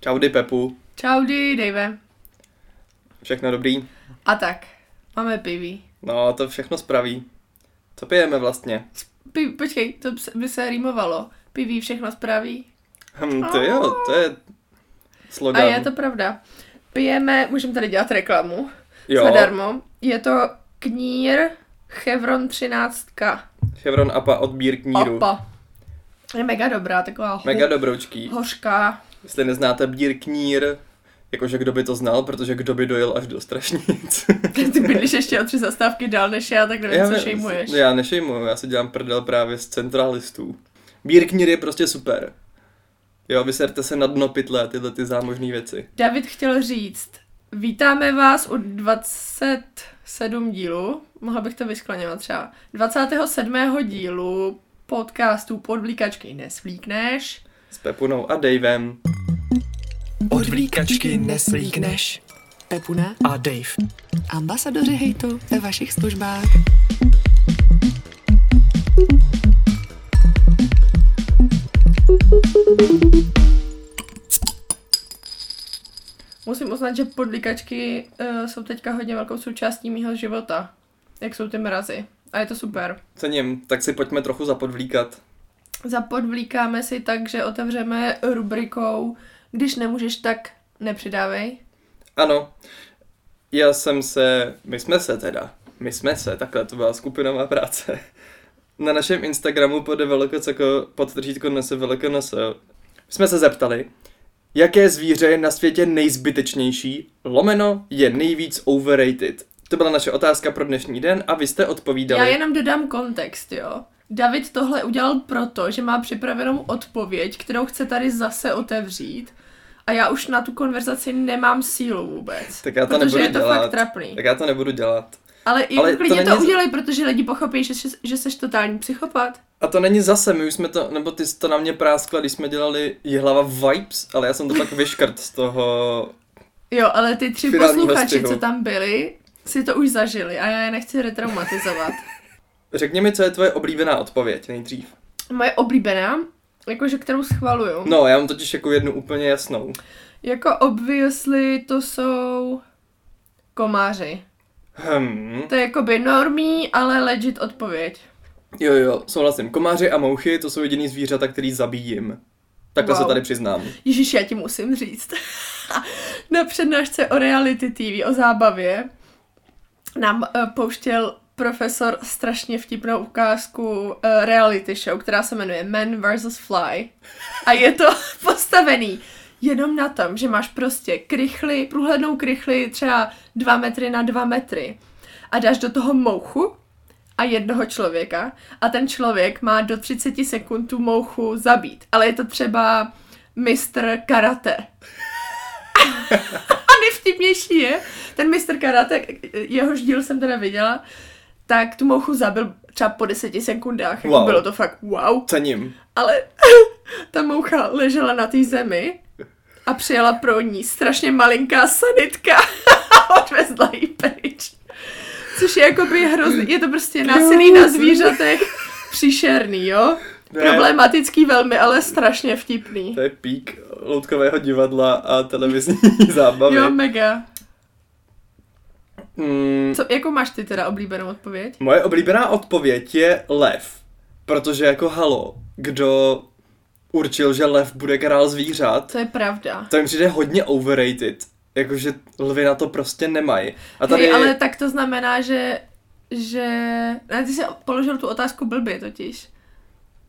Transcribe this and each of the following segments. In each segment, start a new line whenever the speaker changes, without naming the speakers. Čaudy Pepu,
Čaudy, Dave.
všechno dobrý?
A tak, máme piví.
No, to všechno spraví. Co pijeme vlastně?
Pi- počkej, to ps- by se rýmovalo. Piví všechno spraví.
Hm, to jo, to je
A
slogan.
je to pravda. Pijeme, můžeme tady dělat reklamu.
jo,
Zadarmo. Je to knír Chevron 13.
Chevron Apa od Bírkníru.
Opa. Je mega dobrá, taková ho-
Mega dobroučký.
hořká.
Jestli neznáte Bírknír, jakože kdo by to znal, protože kdo by dojel až do Strašnic.
Ty bydlíš ještě o tři zastávky dál než já, tak nevím, co šejmuješ.
Já nešejmuju, já si dělám prdel právě z centralistů. Bírknír je prostě super. Jo, vyserte se na dno pytle, tyhle ty zámožné věci.
David chtěl říct, vítáme vás u 27 dílu, mohla bych to vyskloněvat třeba, 27. dílu podcastu Podvlíkačky nesvlíkneš.
S Pepunou a Davem.
Od vlíkačky neslíkneš.
Pepuna,
A Dave.
ambasadoři hejtu ve vašich službách.
Musím uznat, že podvlíkačky uh, jsou teďka hodně velkou součástí mýho života, jak jsou ty mrazy. A je to super.
Cením, tak si pojďme trochu zapodvlíkat.
Zapodvlíkáme si tak, že otevřeme rubrikou Když nemůžeš, tak nepřidávej.
Ano, já jsem se, my jsme se teda, my jsme se, takhle to byla skupinová práce. Na našem Instagramu pod velkocko, pod tržítko nese velkonos, jsme se zeptali, jaké zvíře je na světě nejzbytečnější, lomeno je nejvíc overrated. To byla naše otázka pro dnešní den a vy jste odpovídali.
Já jenom dodám kontext, jo. David tohle udělal proto, že má připravenou odpověď, kterou chce tady zase otevřít. A já už na tu konverzaci nemám sílu vůbec.
tak já to
protože
nebudu
je to
dělat.
fakt trapný.
Tak já to nebudu dělat.
Ale i
ale
ale
to
klidně to,
není-
udělej, protože lidi pochopí, že, jsi- že jsi totální psychopat.
A to není zase, my už jsme to, nebo ty jsi to na mě práskla, když jsme dělali Jihlava Vibes, ale já jsem to pak vyškrt z toho
Jo, ale ty tři
Finální
posluchači,
hostihu.
co tam byli, si to už zažili a já je nechci retraumatizovat.
Řekni mi, co je tvoje oblíbená odpověď nejdřív.
Moje oblíbená, jakože kterou schvaluju.
No, já mám totiž jako jednu úplně jasnou.
Jako obviously to jsou komáři.
Hmm.
To je jakoby normí, ale legit odpověď.
Jo, jo, souhlasím. Komáři a mouchy, to jsou jediný zvířata, který zabíjím. Takhle
Wow.
se tady přiznám.
Ježíš, já ti musím říct. Na přednášce o reality TV, o zábavě, nám eh, pouštěl profesor strašně vtipnou ukázku eh, reality show, která se jmenuje Man vs. Fly. A je to postavený jenom na tom, že máš prostě krychly, průhlednou krychly třeba 2 metry na 2 metry a dáš do toho mouchu a jednoho člověka a ten člověk má do 30 sekund tu mouchu zabít. Ale je to třeba mistr karate. a nejvtipnější je, ten mistr karate, jehož díl jsem teda viděla, tak tu mouchu zabil třeba po 10 sekundách. Wow.
Wow.
Bylo to fakt wow.
Cením.
Ale ta moucha ležela na té zemi a přijela pro ní strašně malinká sanitka a odvezla ji pryč. Což je jakoby hrozný, je to prostě násilí na zvířatech příšerný, jo?
Ne.
Problematický velmi, ale strašně vtipný.
To je pík loutkového divadla a televizní zábavy.
Jo, mega.
Mm,
Co, jako máš ty teda oblíbenou odpověď?
moje oblíbená odpověď je lev. Protože jako halo, kdo určil, že lev bude král zvířat,
To je pravda.
to mi přijde hodně overrated. Jakože lvy na to prostě nemají. A
Tady... Hej, ale tak to znamená, že, že... Ne, ty jsi položil tu otázku blbě totiž.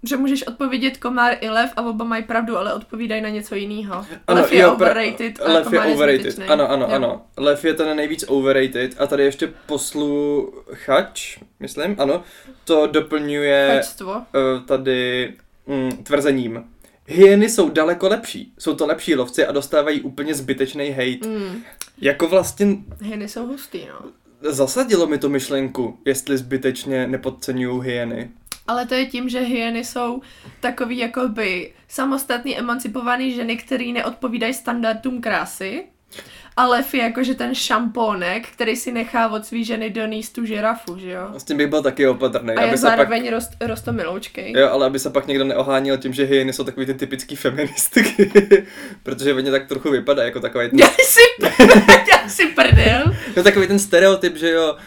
Že můžeš odpovědět komár i lev a oba mají pravdu, ale odpovídají na něco jiného. lev je
jo, pra-
overrated a
Lev je
komár
overrated,
zbytečný.
ano, ano,
Jo.
ano. Lev je ten nejvíc overrated a tady ještě posluchač, myslím, ano, to doplňuje
Kačstvo.
eh, tady mm, tvrzením. Hyeny jsou daleko lepší, jsou to lepší lovci a dostávají úplně zbytečný hate.
Mm.
Jako vlastně
Hyeny jsou hustý, no.
zasadilo mi to myšlenku, jestli zbytečně nepodceňují hyeny.
Ale to je tím, že hyeny jsou takový jakoby samostatný emancipovaný ženy, který neodpovídají standardům krásy. a Lev je jakože ten šampónek, který si nechá od svý ženy doníst tu žirafu, že jo?
S tím Vlastně bych byl taky opatrný.
A
aby
je
se pak,
zároveň pak... rost, rostomiloučkej.
jo, ale aby se pak někdo neoháněl tím, že hyeny jsou takový ty typický feministky. protože oni tak trochu vypadá jako takový ten,
Já si, já si prdel.
no, takový ten stereotyp, že jo, uh,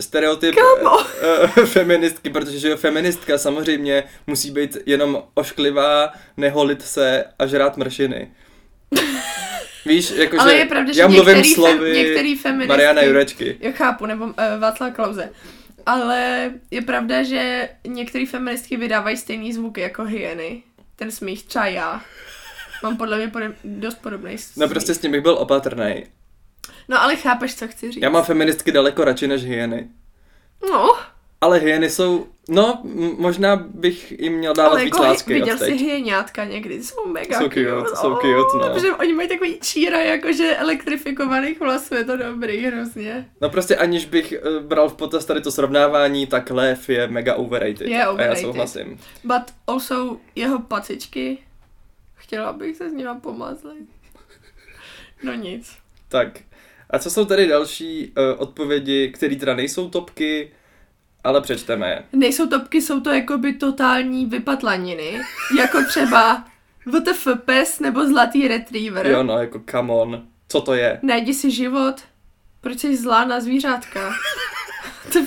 stereotyp
Kamo.
eh, feministky, protože že jo, feministka samozřejmě musí být jenom ošklivá, neholit se a žrát mršiny. Víš, jakože
Ale je pravda, že
já mluvím
některý fem-
slovy
některý feministky-
Mariana Jurečky.
Jo, chápu, nebo uh, Václav Klauze. Ale je pravda, že některé feministky vydávají stejný zvuky jako hyeny. Ten smích, třeba já. Mám podle mě podob, dost podobný smích.
No prostě s tím bych byl opatrný.
no ale chápeš, co chci říct.
Já mám feministky daleko radši než hyeny.
No,
Ale hyeny jsou, no, m- možná bych jim měl dávat
ale
víc
jako hy-
lásky
viděl
od
jsi
teď.
hyenátka někdy, jsou mega
Jsou cute, jsou cute, no.
Protože oni mají takový číra, jakože elektrifikovaných vlasů, je to dobrý, hrozně.
No prostě aniž bych eh, bral v potaz tady to srovnávání, tak Lev je mega overrated.
Je
A já
overrated.
souhlasím.
But also jeho pacičky, chtěla bych se s nima pomazlit. No nic.
Tak. A co jsou tady další uh, odpovědi, které teda nejsou topky, ale přečteme je.
Nejsou topky, jsou to jakoby totální vypatlaniny. Jako třeba VTF pes nebo zlatý retriever.
Jo, no, jako come on. Co to je?
Najdi si život, proč jsi zlá na zvířátka.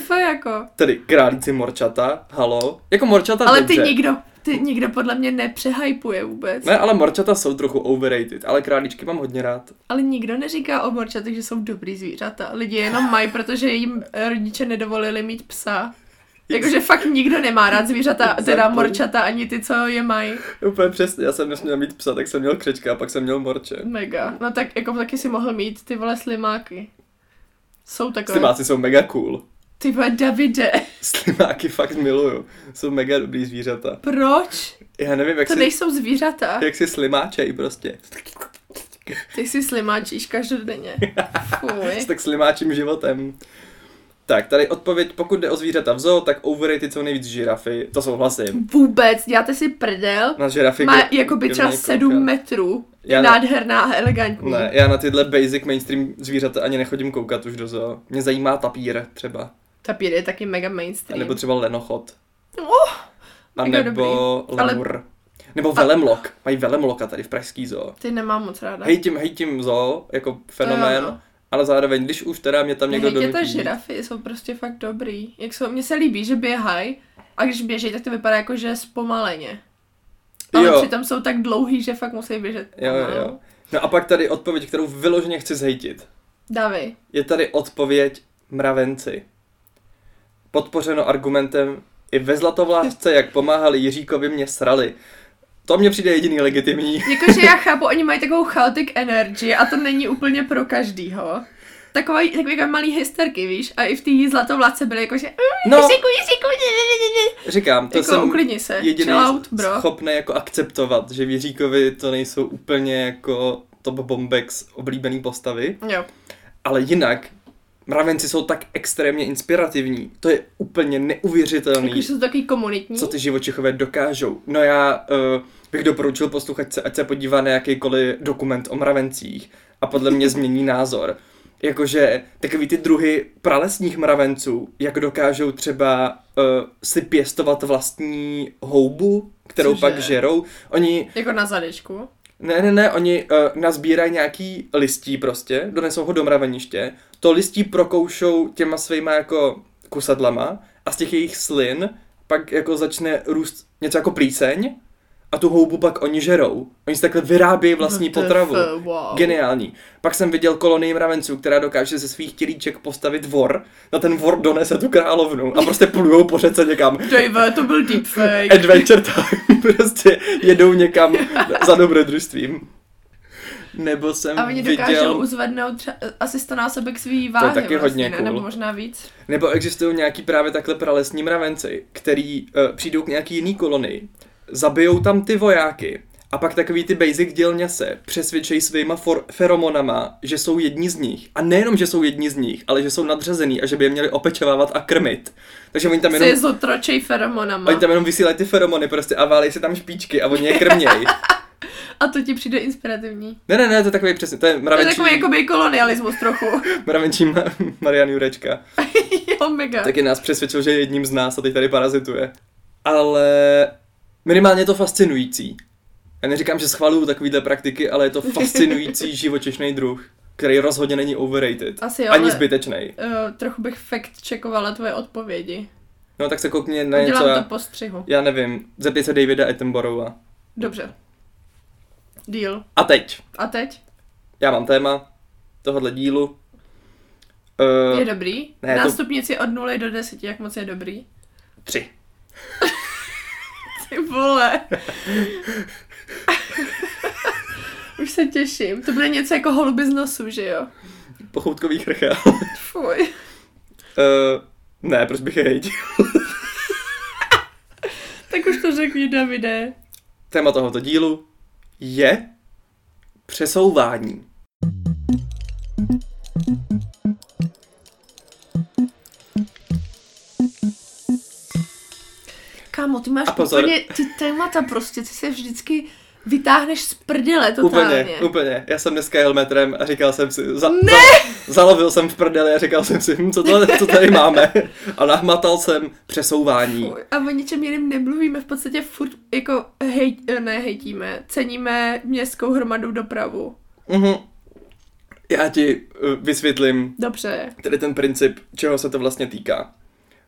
To je jako.
Tedy králíci morčata, halo? Jako morčata
Ale ty
dobře.
nikdo, ty nikdo podle mě nepřehajpuje vůbec.
Ne, ale morčata jsou trochu overrated, ale králíčky mám hodně rád.
Ale nikdo neříká o morčatech, že jsou dobrý zvířata. Lidi je jenom mají, protože jim rodiče nedovolili mít psa. Jakože fakt nikdo nemá rád zvířata, teda
Exactly.
morčata, ani ty, co je mají.
Úplně přesně, já jsem nesměl mít psa, tak jsem měl křečka a pak jsem měl morče.
Mega. No tak jako taky si mohl mít ty vole slimáky. Jsou takové.
Slimáci jsou mega cool.
Ty vole Davide,
Slimáky fakt miluju. Jsou mega dobrý zvířata.
proč?
Já nevím, jak,
To
si,
nejsou zvířata.
jak si slimáčej prostě.
Ty si slimáčíš každodenně. Fuj.
S tak slimáčím životem. Tak, tady odpověď, pokud jde o zvířata v zoo, tak overrated jsou nejvíc žirafy, to souhlasím.
Vůbec, děláte si prdel.
Na žirafy...
Má
kdo-
jakoby
kdo
třeba
na ně kouká?
7 metrů.
Já
Je
ne-
nádherná a elegantní.
Ne, já na tyhle basic mainstream zvířata ani nechodím koukat už do zoo. Mě zajímá tapír třeba,
Tapír je taky mega
a
mainstream.
nebo třeba lenochod,
Oh,
a
Mega
nebo
dobrý. Ale-
lemur. Nebo velemlok, mají velemloka tady v pražský zoo.
ty nemám moc ráda.
Hejtím, hejtím zoo, jako fenomén,
jo, no.
ale zároveň, když už teda mě tam někdo
Hejtě to
donutí.
žirafy jsou prostě fakt dobrý. Jak jsou, mně se líbí, že běhají a když běží, tak to vypadá jako, že zpomaleně. Ale
Jo.
přitom jsou tak dlouhý, že fakt musí běžet
Jo, jo,
pomalu.
jo. No a pak tady odpověď, kterou vyloženě chci zhejtit.
Davy.
Je tady odpověď mravenci. Podpořeno argumentem i ve Zlatovlásce, jak pomáhali Jiříkovi, mě srali. To mě přijde jediný legitimní.
Jakože já chápu, oni mají takovou chaotic energy a to není úplně pro každýho. Taková, takový jako malý hysterky, víš? A i v té zlatovládce byly jakože "Mm,
No.
Jiříku, Jiříku, ne, ne, ne, ne."
Říkám, to
Jako
jsem
uklidni se,
jediný
chill out, bro.
schopný jako akceptovat, že v Jiříkovi to nejsou úplně jako top bombex oblíbený postavy,
Jo.
ale jinak mravenci jsou tak extrémně inspirativní. To je úplně neuvěřitelný.
Jakože Jako, jsou takový komunitní.
co ty živočichové dokážou. No já uh, bych doporučil posluchačce, ať se podívá na jakýkoliv dokument o mravencích a podle mě změní názor. Jakože takový ty druhy pralesních mravenců, jak dokážou třeba uh, si pěstovat vlastní houbu, kterou
Cože?
pak žerou. Oni,
Jako na zadečku.
ne, ne, ne, oni uh, nazbírají nějaký listí prostě, donesou ho do mraveniště, to listí prokoušou těma svýma jako kusadlama a z těch jejich slin pak jako začne růst něco jako plíseň a tu houbu pak oni žerou. Oni si takhle vyrábějí vlastní
What the
potravu.
f- wow.
Geniální. Pak jsem viděl kolonii mravenců, která dokáže ze svých tělíček postavit vor, na ten vor donese tu královnu a prostě plujou po řece někam.
Dave, to byl deepfake.
Adventure Time, prostě jedou někam za dobrodružstvím. Nebo jsem
A oni dokážou
viděl,
uzvednout třeba, asi 100 násobek svý váhy.
taky
vlastně,
hodně
ne?
cool.
Nebo možná víc.
nebo existují nějaký právě takhle eh, pralesní mravenci, který uh, přijdou k nějaký jiný kolonii, zabijou tam ty vojáky A pak takový ty basic dělňase přesvědčejí svýma for- feromonama, že jsou jedni z nich. A nejenom, že jsou jedni z nich, ale že jsou nadřazený a že by je měli opečovávat a krmit. Takže oni tam
Se
jenom...
je zotročej feromonama.
Oni tam jenom vysílají ty feromony prostě a válí si tam špičky a oni je krmějí.
A to ti přijde inspirativní.
Ne, ne, ne, to je takový přesně, to je
To je
mravenčí,
takový jako jakoby kolonialismus trochu.
mravenčí Ma- Marian Jurečka.
jo, mega.
Taky nás přesvědčil, že je jedním z nás a teď tady parazituje. Ale minimálně je to fascinující. Já neříkám, že schvaluju takovýhle praktiky, ale je to fascinující živočišný druh, který rozhodně není overrated.
Asi jo,
ani
ale-
zbytečný.
Uh, trochu bych fakt checkovala tvoje odpovědi.
No tak se koukni na něco,
Dělám to
já,
po střihu.
já nevím, zeptej se Davida Attenborougha.
Dobře. Deal.
A teď,
A teď?
já mám téma tohohle dílu. Eh,
Je dobrý?
ne, to-
Nástupnici od 0 do 10, jak moc je dobrý?
Tři.
Ty vole. Už se těším. To bude něco jako holuby z nosu, že jo?
Pochoutkový chrchel.
Fuj.
Eh, ne, proč bych je hejtil?
Tak už to řekni, Davide.
Téma tohoto dílu je přesouvání.
Kámo, ty máš
A pozor.
úplně ty témata prostě, ty se vždycky vytáhneš z prdele totálně.
Úplně, úplně. Já jsem dneska jel metrem a říkal jsem si, za, ne! Za, zalovil jsem v prdeli a říkal jsem si, hm, co, to, co tady máme. A nahmatal jsem přesouvání.
Fuj, A o ničem jiném nemluvíme, v podstatě furt jako hej, ne hejtíme, ceníme městskou hromadnou dopravu.
Mhm. Já ti eh, vysvětlím
Dobře,
tedy ten princip, čeho se to vlastně týká.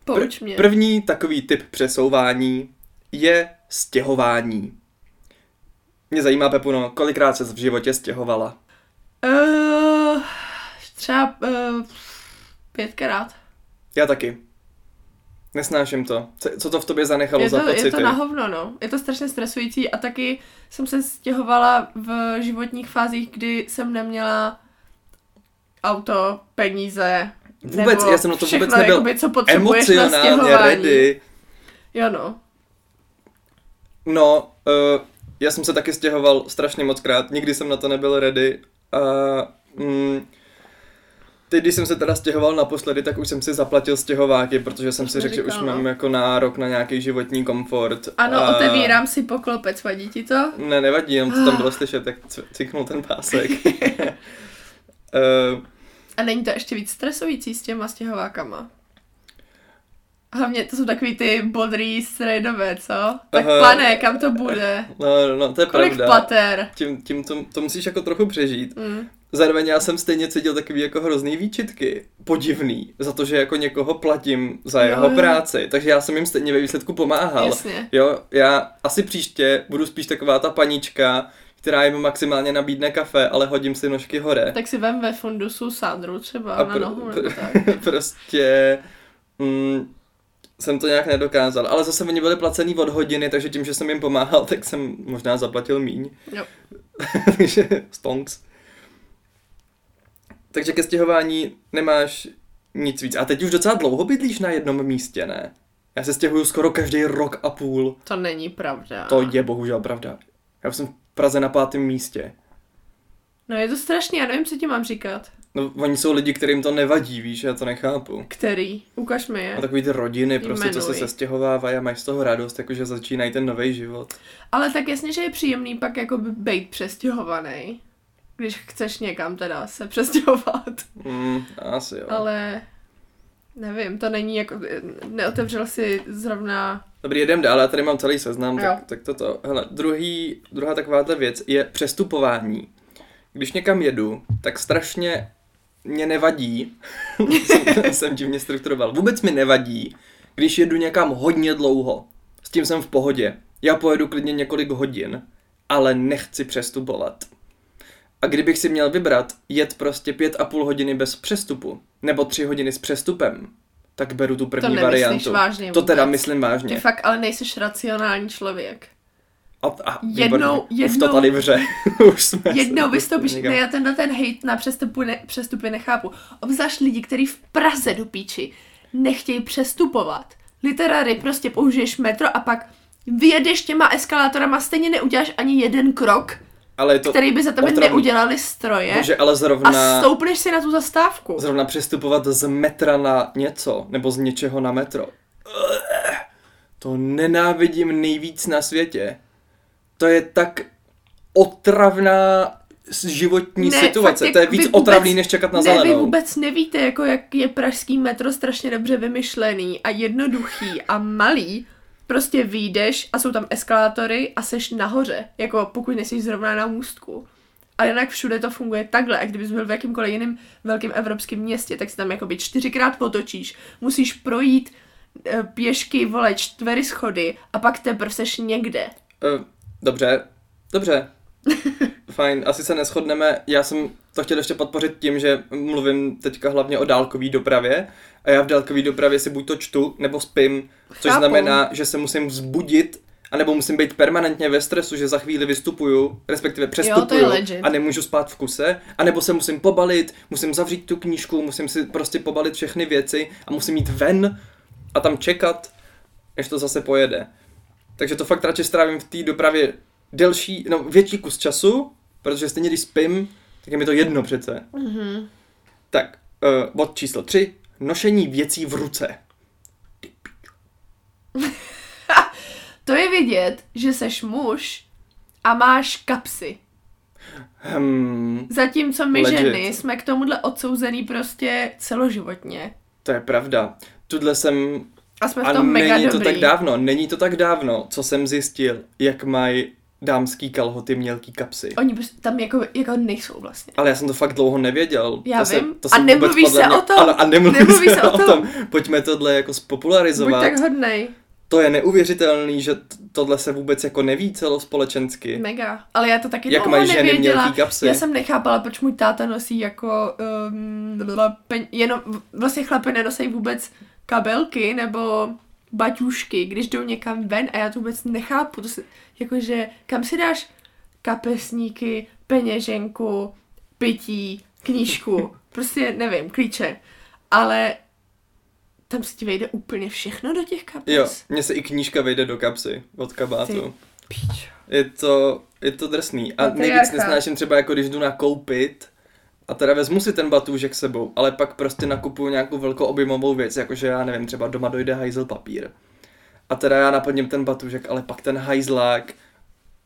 pouč mě.
První takový typ přesouvání je stěhování. Mě zajímá, Pepuno, kolikrát se v životě stěhovala?
Eh, třeba eh, pětkrát.
Já taky. Nesnáším to. Co- Co to v tobě zanechalo
Je
za
to,
pocity?
je to na hovno, no. Je to strašně stresující a taky jsem se stěhovala v životních fázích, kdy jsem neměla auto, peníze,
Vůbec,
nebo
já jsem na to
všechno,
vůbec nebyl
jakoby, co potřebuješ na
Emocionálně
stěhování.
ready.
Jo no.
No, uh, já jsem se taky stěhoval strašně moc krát. Nikdy jsem na to nebyl ready. A mm, teď, když jsem se teda stěhoval naposledy, tak už jsem si zaplatil stěhováky, protože jsem
To
si
jsi
řekl, že už
říkal, no.
mám jako nárok na nějaký životní komfort.
Ano,
A-
otevírám Ah. si poklopec, vadí ti to?
Ne, nevadí, jenom to tam bylo slyšet, jak c- ciknul ten pásek. Eh,
A není to ještě víc stresující s těma stěhovákama? Hlavně to jsou takový ty bodrý strejdové, co? Tak
Aha.
pane, kam to bude?
no, no, no, to je
Kolik
pravda.
pater?
Tím, tím to, to musíš jako trochu přežít.
Mm.
Zároveň já jsem stejně cítil takový jako hrozný výčitky, podivný, za to, že jako někoho platím za
Jo,
jeho
jo.
práci, takže já jsem jim stejně ve výsledku pomáhal.
Jasně.
Jo, já asi příště budu spíš taková ta panička, která jim maximálně nabídne kafe, ale hodím si nožky hore.
Tak si vem ve fundusu sádru třeba
A
na
pr-
nohu
pr-
nebo tak.
prostě mm, jsem to nějak nedokázal, ale zase oni byli placený od hodiny, takže tím, že jsem jim pomáhal, tak jsem možná zaplatil míň.
Jo.
Takže stonks. Takže ke stěhování nemáš nic víc. A teď už docela dlouho bydlíš na jednom místě, ne? Já se stěhuju skoro každý rok a půl.
To není pravda.
To je bohužel pravda. Já už jsem v Praze na pátém místě.
No je to strašný, já nevím, co ti mám říkat.
No, oni jsou lidi, kterým to nevadí, víš, já to nechápu.
Který? Ukaž mi je.
A takový ty rodiny, prostě, co se
Jmenuj.
sestěhovávají a mají z toho radost, jakože začínají ten nový život.
Ale tak jasně, že je příjemný pak jako být přestěhovaný. Když chceš někam teda se přestěhovat.
Mm, asi jo.
Ale nevím, to není jako, neotevřel si zrovna,
Dobrý, jedem dál, já tady mám celý seznam,
Jo.
tak, tak toto. Hele, druhý, druhá takováhle věc je přestupování. Když někam jedu, tak strašně mě nevadí, jsem, jsem divně strukturoval, vůbec mi nevadí, když jedu někam hodně dlouho. S tím jsem v pohodě. Já pojedu klidně několik hodin, ale nechci přestupovat. A kdybych si měl vybrat, jet prostě pět a půl hodiny bez přestupu, nebo tři hodiny s přestupem, tak beru tu první
nemyslíš
variantu.
vážně
to teda
vůbec.
myslím vážně.
ty fakt ale nejseš racionální člověk.
A, a
Jednou-
výborně. Už to
jednou-
tady vře. Už jsme
Jednou
se-
vystoupíš,
někam-
ne, já tenhle ten hejt na přestupu ne, přestupy nechápu. Obzvlášť lidi, kteří v Praze do píči nechtějí přestupovat. Literary prostě použiješ metro a pak vyjedeš těma eskalátorama, stejně neuděláš ani jeden krok,
Ale je to...
který by za tebe
otravný.
neudělali stroje.
Bože, ale
A
zrovna,
stoupneš si na tu zastávku.
zrovna přestupovat z metra na něco, nebo z něčeho na metro. To nenávidím nejvíc na světě. To je tak otravná s- životní situace.
fakt, jak
to je
vy
víc
vůbec-
otravný, než čekat na
ne,
zelenou.
Vy vůbec nevíte, jako jak je pražský metro strašně dobře vymyšlený a jednoduchý a malý. Prostě výjdeš a jsou tam eskalátory a seš nahoře, jako pokud nejsi zrovna na můstku. A jinak všude to funguje takhle. A kdybys byl v jakýmkoliv jiném velkém evropském městě, tak se tam jakoby čtyřikrát potočíš, musíš projít eh, pěšky, vole, čtvery schody a pak teprve seš někde.
Eh, Dobře, dobře. Fajn, asi se neschodneme. Já jsem to chtěl ještě podpořit tím, že mluvím teďka hlavně o dálkové dopravě a já v dálkové dopravě si buď to čtu, nebo spím, což
Chápu.
znamená, že se musím vzbudit, anebo musím být permanentně ve stresu, že za chvíli vystupuju, respektive přestupuju
legit.
a nemůžu spát v kuse, anebo se musím pobalit, musím zavřít tu knížku, musím si prostě pobalit všechny věci a musím jít ven a tam čekat, než to zase pojede. Takže to fakt radši strávím v té dopravě delší, no větší kus času, protože stejně když spím, tak je mi to jedno přece. Mm-hmm. Tak, uh, bod číslo 3. Nošení věcí v ruce.
To je vidět, že seš muž a máš kapsy.
Hmm,
Zatímco my
Legit.
Legit. ženy jsme k tomuhle odsouzený prostě celoživotně.
to je pravda. Tudle jsem
A jsme v
A
tom mega
není
dobrý.
to tak dávno, není to tak dávno, co jsem zjistil, jak mají dámský kalhoty mělký kapsy.
Oni prostě tam jako, jako nejsou vlastně.
Ale já jsem to fakt dlouho nevěděl.
Já
to
vím.
Jsem, to
A
jsem vůbec
nemluví
podle
se
mě,
o tom.
Ale, a nemluví,
Nemluví
se,
se o
o tom. Pojďme tohle jako
Buď
spopularizovat.
tak hodnej.
To je neuvěřitelný, že t- tohle se vůbec jako neví celospolečensky.
Mega. Ale já to taky
Jak
dlouho
mají ženy
nevěděla.
mělký kapsy?
Já jsem nechápala, proč můj táta nosí jako... Um, pen, jenom, vlastně chlapy nenosí vůbec kabelky nebo baťušky, když jdou někam ven a já to vůbec nechápu. To se, jakože kam si dáš kapesníky, peněženku, pití, knížku, prostě nevím, klíče. Ale tam se ti vejde úplně všechno do těch kapes.
Jo, mně se i knížka vejde do kapsy od kabátu.
Ty
Je to, je to drsný. A
Patriarchát.
nejvíc nesnáším třeba jako když jdu nakoupit a teda vezmu si ten batůžek sebou, ale pak prostě nakupuju nějakou velkou objemovou věc, jakože já nevím, třeba doma dojde hajzl papír. A teda já naplním ten batůžek, ale pak ten hajzlák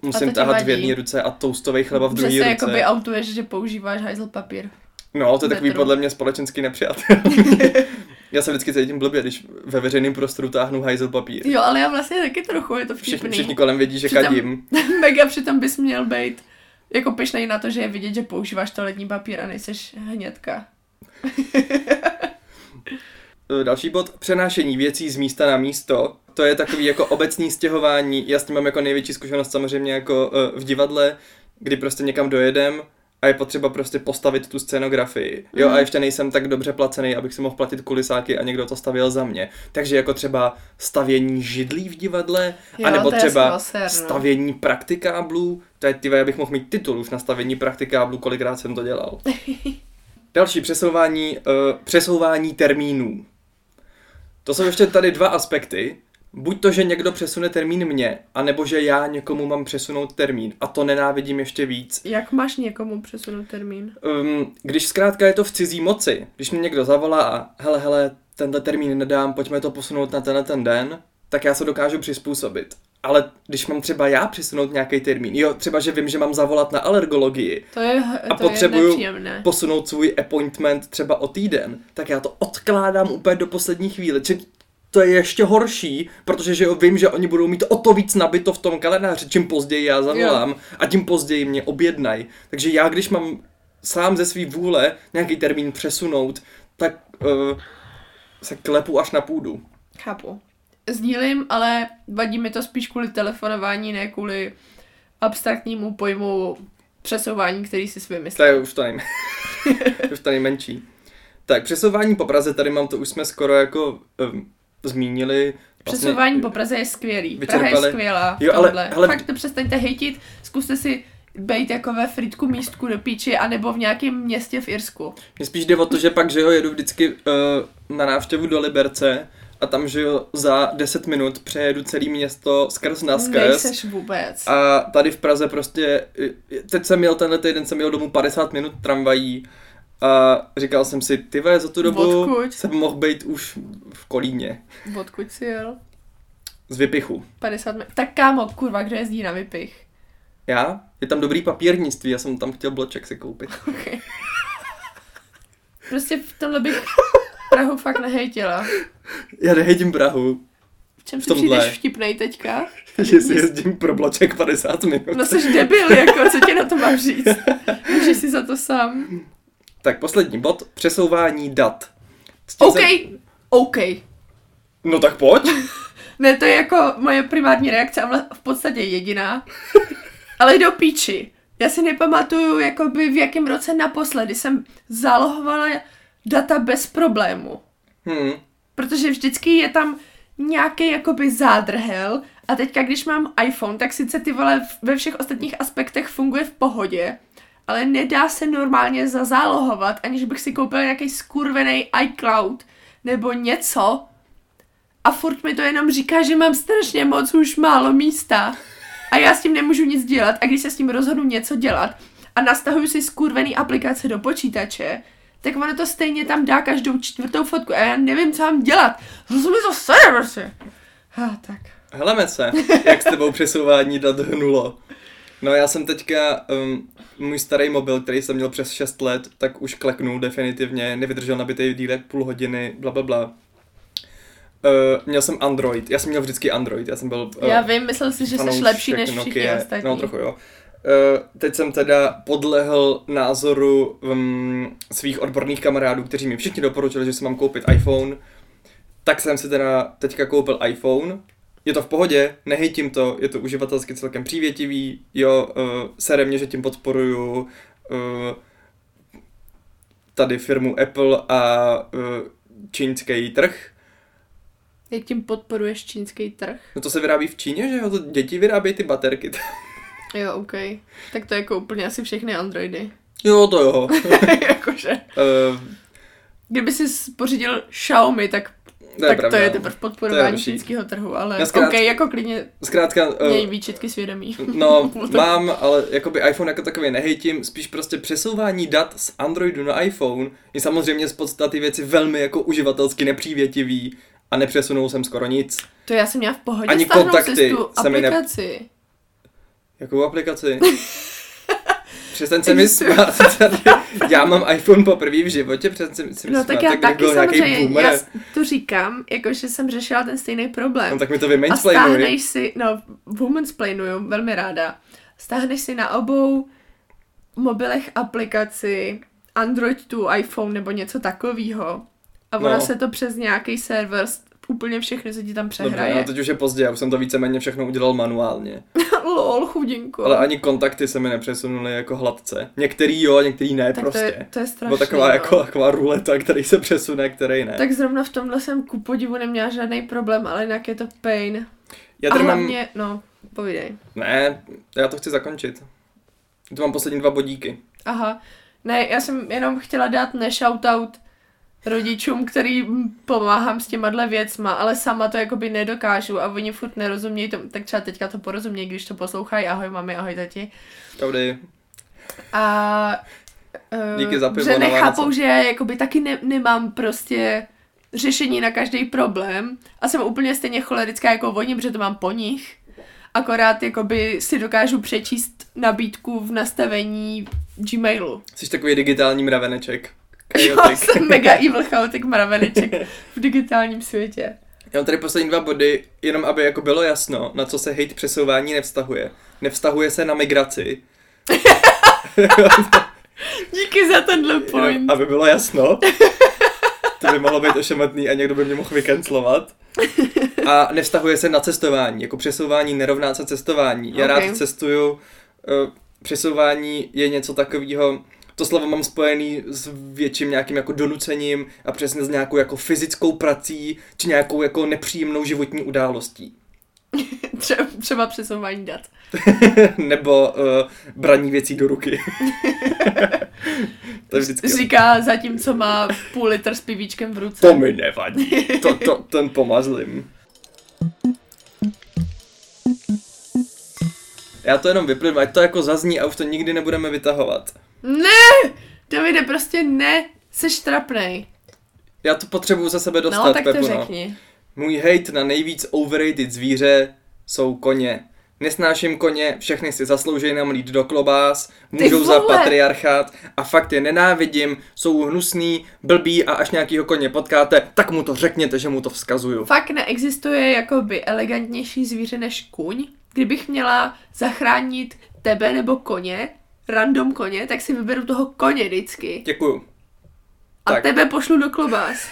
musím
ti
tahat v
vadí.
jedné ruce a toustový chleba v
že
druhé
se
ruce.
jakoby autuješ, že používáš hajzl papír.
No, to je takový
Metro.
podle mě společenský nepřijatelný. Já se vždycky cítím blbě, když ve veřejném prostoru táhnu hajzel papír.
Jo, ale já vlastně taky trochu, je to vtipný.
Všichni, všichni kolem vědí, že kadím.
mega přitom bys měl být jako pišnej na to, že je vidět, že používáš toaletní papír a nejseš hnědka.
E, Další bod, přenášení věcí z místa na místo. To je takový jako obecní stěhování. Já s tím mám jako největší zkušenost samozřejmě jako e, v divadle, kdy prostě někam dojedem a je potřeba prostě postavit tu scenografii. Jo,
Mhm.
a ještě nejsem tak dobře placený, abych si mohl platit kulisáky a někdo to stavěl za mě. Takže jako třeba stavění židlí v divadle,
Jo,
anebo
to je
třeba
smaser, no.
stavění praktikáblů. To je ty, já bych mohl mít titul už na stavění praktikáblů, kolikrát jsem to dělal. Další přesouvání, uh, přesouvání termínů. To jsou ještě tady dva aspekty. Buď to, že někdo přesune termín mě, anebo že já někomu mám přesunout termín. A to nenávidím ještě víc.
Jak máš někomu přesunout termín?
Um, když zkrátka je to v cizí moci, když mi někdo zavolá a hele, hele, tenhle termín nedám, pojďme to posunout na tenhle ten den, tak já se dokážu přizpůsobit. Ale když mám třeba já přesunout nějaký termín, jo, třeba, že vím, že mám zavolat na alergologii,
To je,
a
to je
potřebuju
nepříjemné.
posunout svůj appointment třeba o týden, tak já to odkládám úplně do poslední chvíle. Či to je ještě horší, protože že jo, vím, že oni budou mít o to víc nabito v tom kalendáři, čím později já zavolám a tím později mě objednají. Takže já, když mám sám ze svý vůle nějaký termín přesunout, tak uh, se klepu až na půdu.
Chápu. Sdílím, ale vadí mi to spíš kvůli telefonování, ne kvůli abstraktnímu pojmu přesouvání, který si
To
vymyslel.
je už to nej... už to nejmenší. Tak, přesouvání po Praze, tady mám to, už jsme skoro jako um, zmínili. Vlastně-
Přesouvání po Praze je skvělý. Praha
vyčerpali-
je skvělá. v
Jo, ale-
tomhle.
hele-
Fakt to přestaňte hejtit, zkuste si být jako ve fritku místku do píči, anebo v nějakém městě v Irsku.
eh, Mně spíš jde o to, že pak, že jo, jedu vždycky uh, na návštěvu do Liberce a a tam, že jo, za 10 minut přejedu celý město skrz na skrz.
Nejseš vůbec.
A tady v Praze prostě, i- teď jsem jel tenhle týden, jsem jel domů 50 minut tramvají a říkal jsem si, ty ve, za tu dobu
Odkud?
jsem mohl být už v Kolíně,
Odkud si jel?
z Vypichu.
50 me- Tak kámo, kurva, kdo jezdí na vypich?
Já? Je tam dobrý papírnictví, já jsem tam chtěl bloček si koupit.
Okay. Prostě v tomhle bych Prahu fakt nehejtila.
Já nejedím Prahu,
V čem si
tomhle.
přijdeš vtipnej teďka?
že si jezdím pro bloček 50 minut.
No jsi debil, jako, co ti na to mám říct? Můžeš si za to sám.
Tak poslední bod, přesouvání dat. S tím
OK,
Jsem...
OK.
No tak pojď.
Ne, to je jako moje primární reakce a vla- v podstatě jediná. Ale do píči. Já si nepamatuju, jakoby v jakém roce naposledy jsem zálohovala data bez problému.
Hmm.
Protože vždycky je tam nějaký jakoby zádrhel a teďka, když mám iPhone, tak sice ty vole v- ve všech ostatních aspektech funguje v pohodě, ale nedá se normálně zazálohovat, aniž bych si koupil nějaký skurvený iCloud nebo něco a furt mi to jenom říká, že mám strašně moc už málo místa a já s tím nemůžu nic dělat a když se s tím rozhodnu něco dělat a nastahuju si skurvený aplikace do počítače, tak ono to stejně tam dá každou čtvrtou fotku a já nevím, co mám dělat. Zase mi to sere prostě. Ha, tak.
Heleme se, jak s tebou přesouvání dat hnulo. No já jsem teďka, um, můj starý mobil, který jsem měl přes 6 let, tak už kleknul definitivně, nevydržel nabitý dílek půl hodiny, bla bla bla. Uh, měl jsem Android, já jsem měl vždycky Android, já jsem byl... eh,
Já vím, myslel si, že jsi
fanoušek
lepší než všichni
jako Nokia.
ostatní.
No trochu jo. Eh, Teď jsem teda podlehl názoru um, svých odborných kamarádů, kteří mi všichni doporučili, že si mám koupit iPhone. Tak jsem si teda teďka koupil iPhone. Je to v pohodě, nehejtím to, je to uživatelsky celkem přívětivý. Jo, uh, sere mě, že tím podporuju uh, tady firmu Apple a uh, čínský trh.
Jak tím podporuješ čínský trh?
No to se vyrábí v Číně, že jo? To děti vyrábějí ty baterky.
Jo, OK. Tak to je jako úplně asi všechny Androidy.
Jo, to jo.
Jakože.
Eh,
Kdyby si pořídil Xiaomi, tak,
to je
tak
pravda. no.
to je teprve
To je
podporování
lepší.
čínského trhu, ale
Já zkrát-
OK, jako klidně
Zkrátka, eh,
měj výčitky svědomí.
no, mám, ale jakoby iPhone jako takový nehejtím, spíš prostě přesouvání dat z Androidu na iPhone je samozřejmě z podstaty věci velmi jako uživatelsky nepřívětivý a nepřesunul jsem skoro nic.
To já jsem měla v pohodě
Ani
stáhnout
kontakty
si tu
se mi ne-
aplikaci.
Jakou aplikaci? Přestaň se mi
Existuje.
smát. tady. Já mám iPhone poprvé v životě, přestaň se mi se mi
No
smát.
tak já
kdyby
taky
byl nějaký
samozřejmě,
boomer,
já s- to říkám, jakože jsem řešila ten stejný problém.
No tak mi to
a
vymansplainuj.
stáhneš si, no woman's plainuju, velmi ráda, stáhneš si na obou mobilech aplikaci Android tu iPhone nebo něco takového a ona
No.
se to přes nějaký server s- úplně všechny se ti tam
Dobrá, no
přehraje.
teď už je pozdě, já už jsem to víceméně všechno udělal manuálně.
Lol, chudinko.
Ale ani kontakty se mi nepřesunuly jako hladce. Některý jo, některý ne
tak
prostě.
to je, to je strašný.
Nebo taková
no.
jako taková ruleta, který se přesune, který ne.
Tak zrovna v tomhle jsem ku podivu neměla žádný problém, ale jinak je to pain.
já
A
tady mám...
hlavně, no, povídej.
Ne, já to chci zakončit. Tu mám poslední dva bodíky.
Aha, ne, já jsem jenom chtěla dát neshoutout rodičům, kterým pomáhám s těma věcma, ale sama to jakoby nedokážu a oni furt nerozumějí tomu, tak třeba teďka to porozumějí, když to poslouchají, ahoj mami, ahoj tati.
Kaudy,
A eh,
Díky za pivo
že
na
nechápou,
Vánoce.
že já jakoby taky ne, nemám prostě řešení na každý problém a jsem úplně stejně cholerická jako oni, protože to mám po nich. Akorát jakoby si dokážu přečíst nabídku v nastavení Gmailu.
jsi takový digitální mraveneček.
Jo,
Chaotik.
jsem mega evil chaotic mraveneček v digitálním světě.
Já mám tady poslední dva body, jenom aby jako bylo jasno, na co se hate přesouvání nevztahuje. Nevztahuje se na migraci,
Díky za tenhle
jenom
point.
aby bylo jasno. To by mohlo být ošemetný a někdo by mě mohl vykencelovat. A nevztahuje se na cestování, jako přesouvání nerovná se cestování. Já
Ok.
rád cestuju, eh, přesouvání je něco takového, to slovo mám spojený s větším nějakým jako donucením a přesně s nějakou jako fyzickou prací či nějakou jako nepříjemnou životní událostí.
Třeba, třeba přesouvání dat.
eh, To je vždycky...
Říká zatímco má půl litr s pivíčkem v ruce.
To mi nevadí. To, to, ten pomazlím. Já to jenom vyplivnu, ať to jako zazní a už to nikdy nebudeme vytahovat.
Ne! Davide, prostě ne! Seš trapnej.
Já to potřebuju za sebe dostat,
no, tak to
Pepo, no.
řekni.
Můj hate na nejvíc overrated zvíře jsou koně. Nesnáším koně, všechny si zaslouží nám lít do klobás, můžou za
vole!
patriarchát a fakt je nenávidím, jsou hnusný, blbý a až nějakýho koně potkáte, tak mu to řekněte, že mu to vzkazuju.
Fakt neexistuje jakoby elegantnější zvíře než kuň. Kdybych měla zachránit tebe nebo koně, random koně, tak si vyberu toho koně vždycky.
Děkuju.
A
tak.
tebe pošlu do klobás.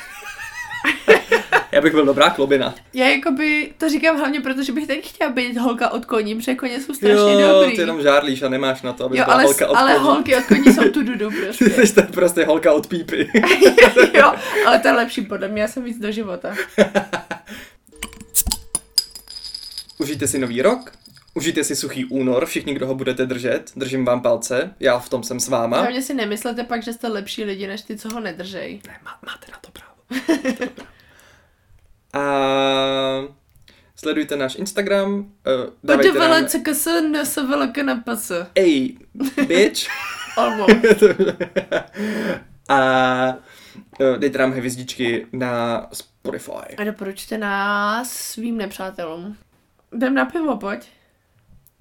Já bych byl dobrá klobina.
Já jakoby to říkám hlavně proto, že bych taky chtěla být holka od koní, protože koně jsou strašně
jo,
dobrý.
ty jenom žárlíš a nemáš na to, aby
jo,
byla
ale,
holka od
ale
koní.
holky od koní jsou tu dudu
Ty
prostě.
jsi tam prostě holka od pípy.
jo, ale to je lepší podle mě, já jsem víc do života.
Užijte si nový rok, užijte si suchý únor, všichni, kdo ho budete držet, držím vám palce, já v tom jsem s váma.
Hlavně si nemyslete pak, že jste lepší lidi, než ty, co ho nedržej.
Ne, má, máte na to právo. A sledujte náš Instagram. Uh, dávejte nám...
Podevele CKS nesovelo k NPS.
Ej, bitch.
Almost.
A eh, dejte nám hvězdičky na Spotify.
A doporučte nás svým nepřátelům. Jdem na pivo, pojď.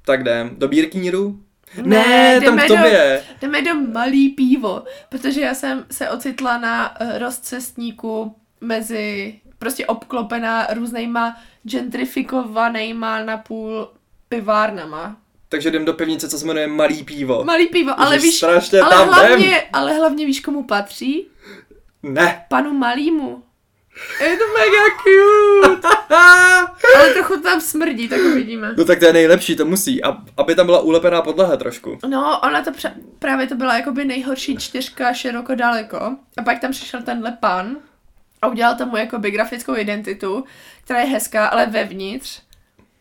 Tak jdem. Do bírkníru?
Ne,
tam
jdeme
k tobě.
Jdeme do malý pivo, protože já jsem se ocitla na eh, rozcestníku mezi prostě obklopená různýma gentrifikovanýma napůl pivárnama.
Takže jdem do pivnice, co se jmenuje Malý pivo.
Malý pivo, ale
Ježiš,
víš,
strašně,
ale,
tam
hlavně, ale hlavně víš, komu patří?
Ne.
Panu Malýmu. Je to mega cute, ale trochu tam smrdí, tak uvidíme.
No tak to je nejlepší, to musí. A, aby tam byla ulepená podlaha trošku.
No, ona to pře- právě to byla jakoby nejhorší čtyřka široko daleko. A pak tam přišel tenhle pan a udělal tomu jakoby grafickou identitu, která je hezká, ale vevnitř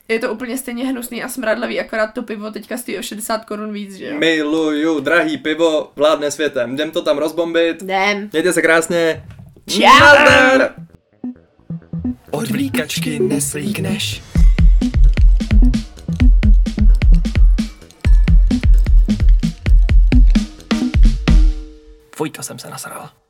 je to úplně stejně hnusný a smradlavý, akorát to pivo teďka stojí o 60 korun víc, že jo?
Miluju, drahý pivo, vládne světem. Jdem to tam rozbombit.
Jdem.
Mějte se krásně.
Čau.
Nazdar.
Od vlíkačky neslíkneš. Fuj, to jsem se nasral.